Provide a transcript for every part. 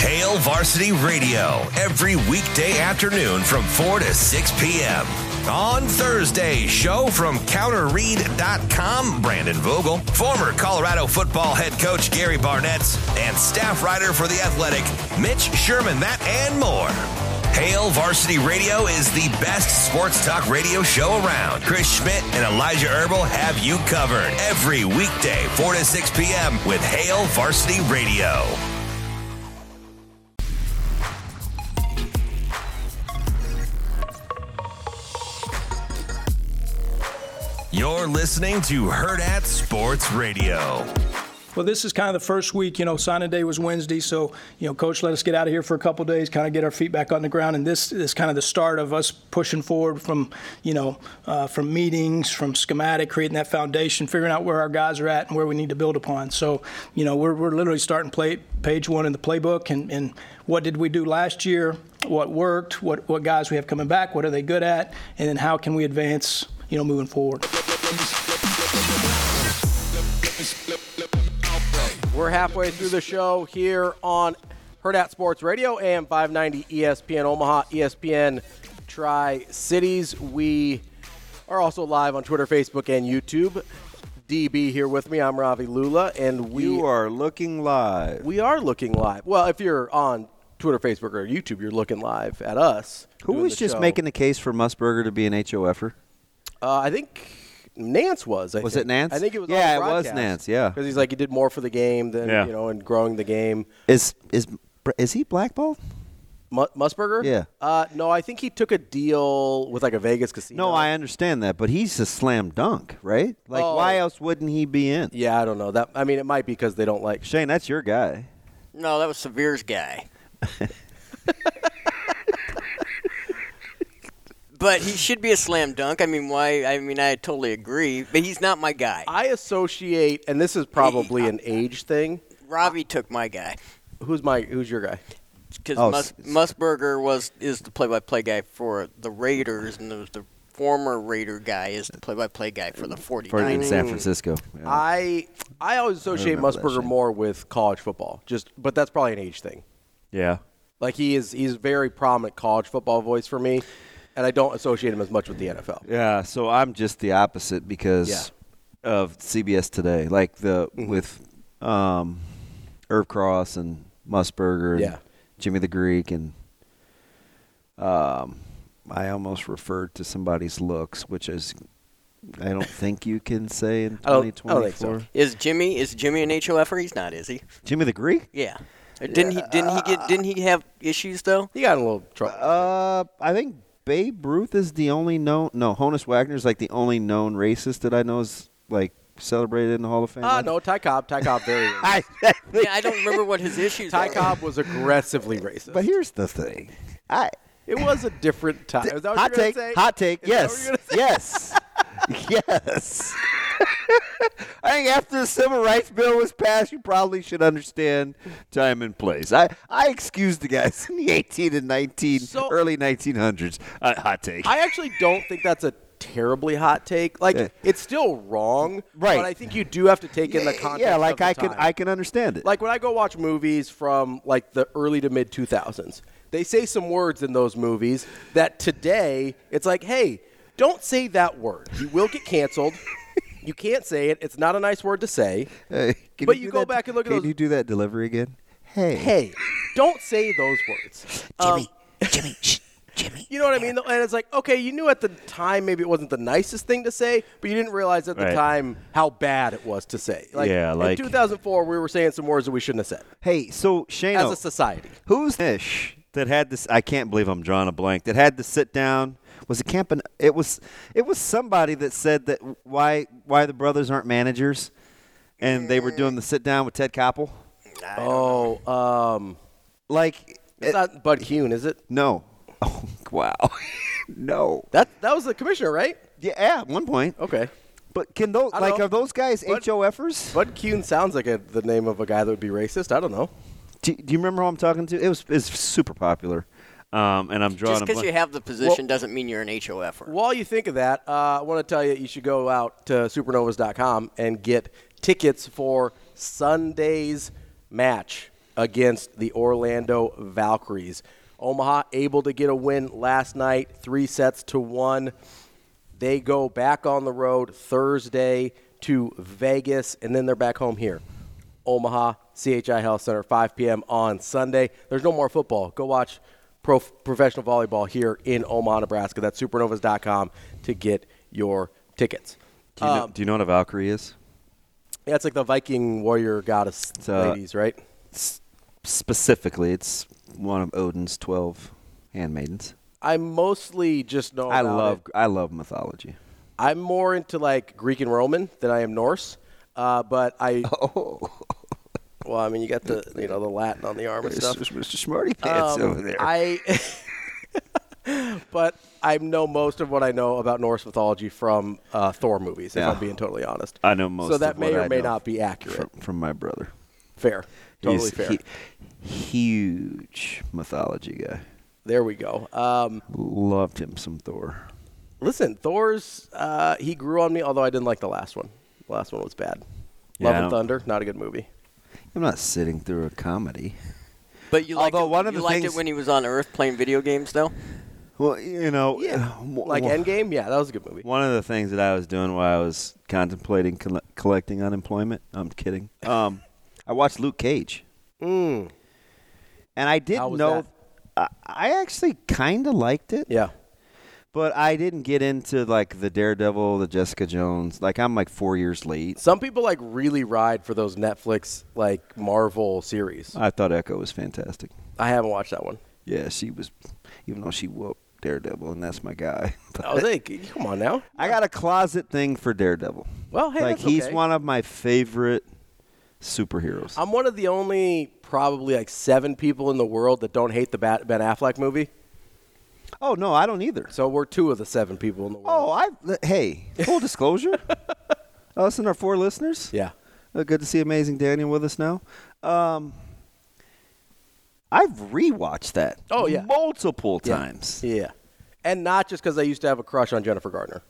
Hale Varsity Radio every weekday afternoon from 4 to 6 p.m. On Thursday, show from counterread.com, Brandon Vogel, former Colorado football head coach Gary Barnett, and staff writer for The Athletic, Mitch Sherman, that and more. Hale Varsity Radio is the best sports talk radio show around. Chris Schmidt and Elijah Herbal have you covered every weekday, 4 to 6 p.m. with Hale Varsity Radio. You're listening to Herd at Sports Radio. Well, this is kind of the first week. You know, signing day was Wednesday, so you know, coach let us get out of here for a couple days, kind of get our feet back on the ground, and this is kind of the start of us pushing forward from you know, uh, from meetings, from schematic, creating that foundation, figuring out where our guys are at and where we need to build upon. So, you know, we're, we're literally starting play page one in the playbook, and, and what did we do last year? What worked? What what guys we have coming back? What are they good at? And then how can we advance? You know, moving forward. We're halfway through the show here on Herd at Sports Radio, AM 590 ESPN Omaha, E ESPN Tri Cities. We are also live on Twitter, Facebook, and YouTube. DB here with me. I'm Ravi Lula, and we You are looking live. we are looking live. Well, if you're on Twitter, Facebook, or YouTube, you're looking live at us. Who doing was the just show. making the case for Musburger to be an HOFer? Uh, I think Nance was. I Was think. it Nance? I think it was. Yeah, it was Nance, yeah. because he's like he did more for the game than Yeah. you know, and growing the game. Is is is he blackballed? Mu- Musburger? Yeah. Uh, no, I think he took a deal with like a Vegas casino. No, I understand that, but he's a slam dunk, right? Like, Oh. why else wouldn't he be in? Yeah, I don't know that. I mean, it might be because they don't like. Sh- Shane, that's your guy. No, that was Severe's guy. but he should be a slam dunk. I mean, why? I mean, I totally agree. But he's not my guy. I associate, and this is probably an age thing. Robbie took my guy Who's my? Who's your guy? because Oh, Mus- s- Musburger was is the play-by-play guy for the Raiders, and there was the former Raider guy is the play-by-play guy for the For in 49ers. San Francisco. Yeah. I I always associate remember that Musburger shit. more with college football. Just, but that's probably an age thing. Yeah. Like he is, he's a very prominent college football voice for me, and I don't associate him as much with the NFL. Yeah, so I'm just the opposite because of CBS today, like the Mm-hmm. with um, Irv Cross and Musburger, and Yeah. Jimmy the Greek, and um, I almost referred to somebody's looks, which is I don't think you can say in I don't- I don't think so. 2024. Is Jimmy is Jimmy an HOFer? He's not, is he? Jimmy the Greek? Yeah. Didn't he? Didn't he get? Didn't he have issues though? He got in a little trouble. Uh, I think Babe Ruth is the only known. No, Honus Wagner's like the only known racist that I know is like celebrated in the Hall of Fame. Ah, no, Ty Cobb. Ty Cobb, very. I, Yeah, I don't remember what his issues. Ty were. Cobb was aggressively racist. But here's the thing. I It was a different time. Is that what hot you're gonna take, say? hot take. Is that what yes, you're gonna say? yes, yes. I think after the civil rights bill was passed, you probably should understand time and place. I, I excused the guys in the 18 and 19, So- early 1900s. Uh, hot take. I actually don't think that's a terribly hot take. Like Yeah. it's still wrong, Right. But I think you do have to take in the context. yeah, like of the I can, time. I can understand it. like when I go watch movies from like the early to mid two thousands. They say some words in those movies that today it's like, hey, don't say that word. You will get canceled. you can't say it. It's not a nice word to say. Hey, can but you do go that- back and look at Can those- you do that delivery again? Hey, Hey, don't say those words. Um, Jimmy, shh, Jimmy. You know what I mean? And it's like, okay, you knew at the time maybe it wasn't the nicest thing to say, but you didn't realize at the Right. time how bad it was to say. Like, Yeah, like- in 2004, we were saying some words that we shouldn't have said hey. So Shane, as a society. Who's Ish that had this? I can't believe I'm drawing a blank. That had to sit down. Was it Campan? It was. It was somebody that said that why why the brothers aren't managers, and they were doing the sit down with Ted Koppel. Oh, um, Like it's it- not Bud Hune, is it? no. Oh wow, no. That that was the commissioner, right? Yeah, at one point. Okay. But can those I like know. are those guys But- HOFers? Bud Kuhn sounds like a, the name of a guy that would be racist. I don't know. do, do you remember who I'm talking to? It was it's super popular. Um, and I'm drawing Just a because blank. you have the position doesn't mean you're an HOFer. While you think of that, uh, I want to tell you you should go out to supernovas.com and get tickets for Sunday's match. against the Orlando Valkyries. Omaha able to get a win last night, three sets to one. They go back on the road Thursday to Vegas, and then they're back home here. Omaha, CHI Health Center, 5 p.m. on Sunday. There's no more football. Go watch pro- professional volleyball here in Omaha, Nebraska. That's supernovas.com to get your tickets. Do you, know, do you know what a Valkyrie is? Yeah, it's like the Viking warrior goddess uh, ladies, right? S- specifically, it's one of Odin's twelve handmaidens. I mostly just know. I about love Oh, it. I love mythology. I'm more into like Greek and Roman than I am Norse. Uh, but I. Oh. Well, I mean, you got the you know the Latin on the arm and stuff. Mr. Smarty Pants Um, over there. I. but I know most of what I know about Norse mythology from uh, Thor movies. If Yeah. I'm being totally honest, I know most So that of may what or I may know not be accurate. from, from my brother. fair, totally He's fair. hu- huge mythology guy. there we go. Um, Loved him some Thor. listen, Thor's uh, he grew on me. Although I didn't like the last one. The last one was bad. Yeah, Love I and don't- Thunder, not a good movie. I'm not sitting through a comedy. But you liked, Although it, one of you the liked things- it when he was on Earth playing video games, though? Well, you know, Like Endgame, yeah, that was a good movie. One of the things that I was doing while I was contemplating coll- collecting unemployment. I'm kidding. Um, I watched Luke Cage. Mm. And I How didn't was know. I, I actually kind of liked it. Yeah, But I didn't get into like the Daredevil, the Jessica Jones. Like I'm like four years late. some people like really ride for those Netflix like Marvel series. I thought Echo was fantastic. I haven't watched that one. Yeah, she was, even though she whooped Daredevil, and that's my guy. But I was like, come on now. I got a closet thing for Daredevil. Well, hey, like that's he's okay. one of my favorite superheroes. I'm one of the only probably like seven people in the world that don't hate the Bat- Ben Affleck movie. oh no, I don't either. So we're two of the seven people in the world. Oh, I hey, full disclosure. us and our four listeners. yeah. Uh, good to see amazing Daniel with us now. Um, I've rewatched that. Oh, yeah. multiple Yeah. times. Yeah. And not just because I used to have a crush on Jennifer Gardner.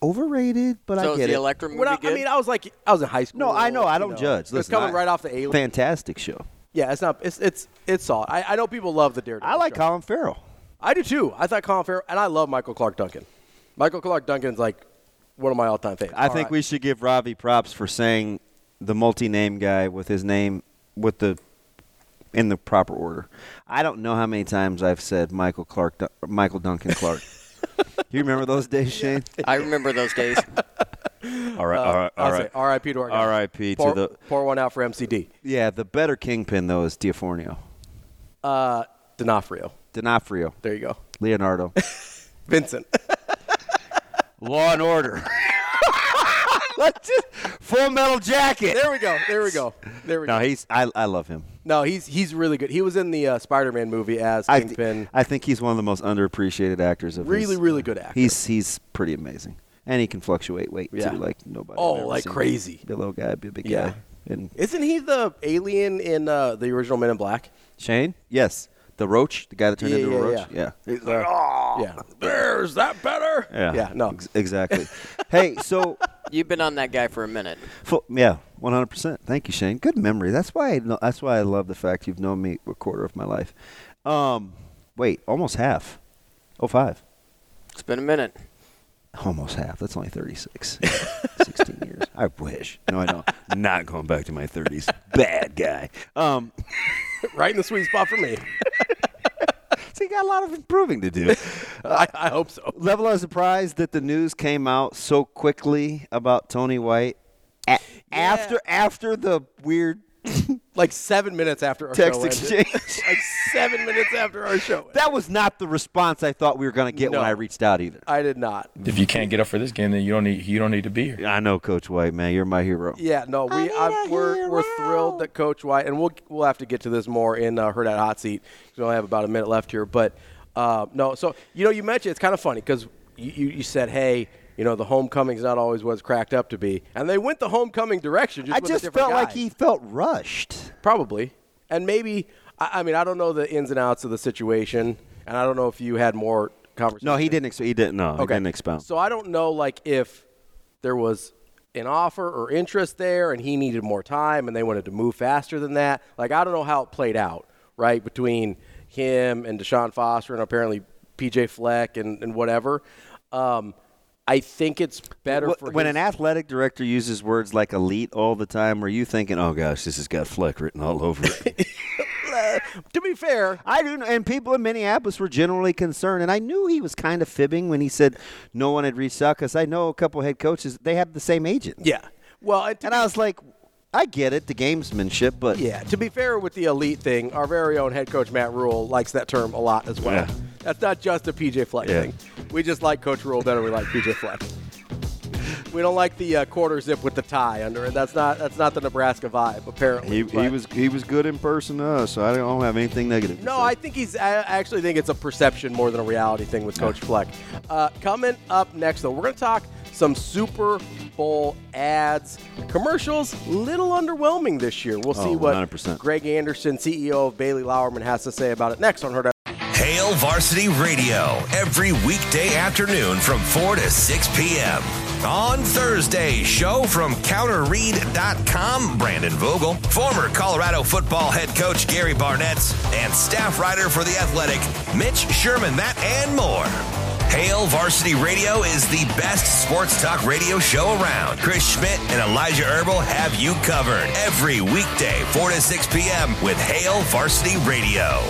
Overrated, but so I is get the it. Electra movie When I, I good? mean, I was like, I was in high school. no, I know. I you don't judge. It's Listen, coming I- right off the alien. Fantastic show. yeah, it's not. It's it's it's solid. I, I know people love the Daredevil. I like show. Colin Farrell. I do too. I thought Colin Farrell, and I love Michael Clark Duncan. Michael Clark Duncan's like one of my all-time favorites. I think we should give Ravi props for saying the multi-name guy with his name with the in the proper order. I don't know how many times I've said Michael Clark, Dun- Michael Duncan Clark. you remember those days, Shane? I remember those days. All right, all right, I'll say R.I.P. to our guy. R.I.P. to Pour- the- pour one out for MCD. Yeah, the better kingpin though is Diafornio, Uh, D'Onofrio. D'Onofrio, There you go. Leonardo, Vincent. Law and Order. Let's just- Full Metal Jacket. there we go. There we go. There we No, go. he's I, I love him. no, he's he's really good. He was in the uh, Spider-Man movie as I, thi- Kingpin. I think he's one of the most underappreciated actors of really, his- really good actor. He's he's pretty amazing, and he can fluctuate weight Yeah. too, like nobody. I've Oh, ever like seen. crazy. Be a little guy, be a big Yeah. guy. And Isn't he the alien in uh, the original Men in Black? Shane, yes, the roach, the guy that turned Yeah, into yeah, uh, a roach. Yeah, yeah. There's that better? yeah, Yeah. No. Ex- exactly. hey, so You've been on that guy for a minute. fu- yeah, one hundred percent. Thank you, Shane. Good memory. That's why. I know, that's why I love the fact you've known me a quarter of my life. Um, wait, almost half. Oh five. It's been a minute. Almost half. That's only 36. 16 years. I wish. No, I don't. Not going back to my 30s. Bad guy. Um, right in the sweet spot for me. so you got a lot of improving to do. I, I hope so. Level of surprise that the news came out so quickly about Tony White a- after after the weird Like seven minutes after our text show ended. exchange. Like seven minutes after our show. ended. that was not the response I thought we were going to get No. when I reached out either. I did not. If you can't get up for this game, then you don't need you don't need to be here. I know, Coach White, man. You're my hero. Yeah, no, we I'm, we're we're thrilled that Coach White, and we'll we'll have to get to this more in uh, her that hot seat. 'cause We only have about a minute left here, but uh, no, so you know, you mentioned it's kind of funny because you, you you said, hey, you know, the homecoming's not always what it's cracked up to be, and they went the homecoming direction. Just I with a just different felt guy. like he felt rushed. probably, and maybe I, I mean I don't know the ins and outs of the situation, and I don't know if you had more conversation. No, he didn't. Ex- he didn't. No, he didn't expound. So I don't know, like, if there was an offer or interest there, and he needed more time, and they wanted to move faster than that. Like I don't know how it played out, right, between him and Deshaun Foster, and apparently PJ Fleck and, and whatever. Um, I think it's better Wh- for when his- an athletic director uses words like elite all the time, are you thinking, "Oh gosh, this has got Fleck written all over it"? to be fair, I do, and people in Minneapolis were generally concerned, and I knew he was kind of fibbing when he said no one had reached out because I know a couple head coaches they have the same agent. yeah. Well, it, and I was like, I get it, the gamesmanship, but Yeah, to be fair with the elite thing, our very own head coach Matt Rule likes that term a lot as well. Yeah. That's not just a PJ Fleck Yeah. thing. We just like Coach Rule better. than We like PJ Fleck. We don't like the uh, quarter zip with the tie under it. That's not that's not the Nebraska vibe apparently. he, he but- was he was good in person to us, so I don't have anything negative. to no, say. I think he's. I actually think it's a perception more than a reality thing with Coach Fleck. Uh, coming up next, though, we're going to talk some Super Bowl ads, commercials. Little underwhelming this year. We'll see Oh, what 100%. Greg Anderson, CEO of Bailey Lowerman, has to say about it next on Herd. Hail Varsity Radio every weekday afternoon from 4 to 6 p.m. On Thursday, show from counterread.com, Brandon Vogel, former Colorado football head coach Gary Barnett, and staff writer for The Athletic, Mitch Sherman, that and more. Hail Varsity Radio is the best sports talk radio show around. Chris Schmidt and Elijah Herbal have you covered every weekday, 4 to 6 p.m. with Hail Varsity Radio.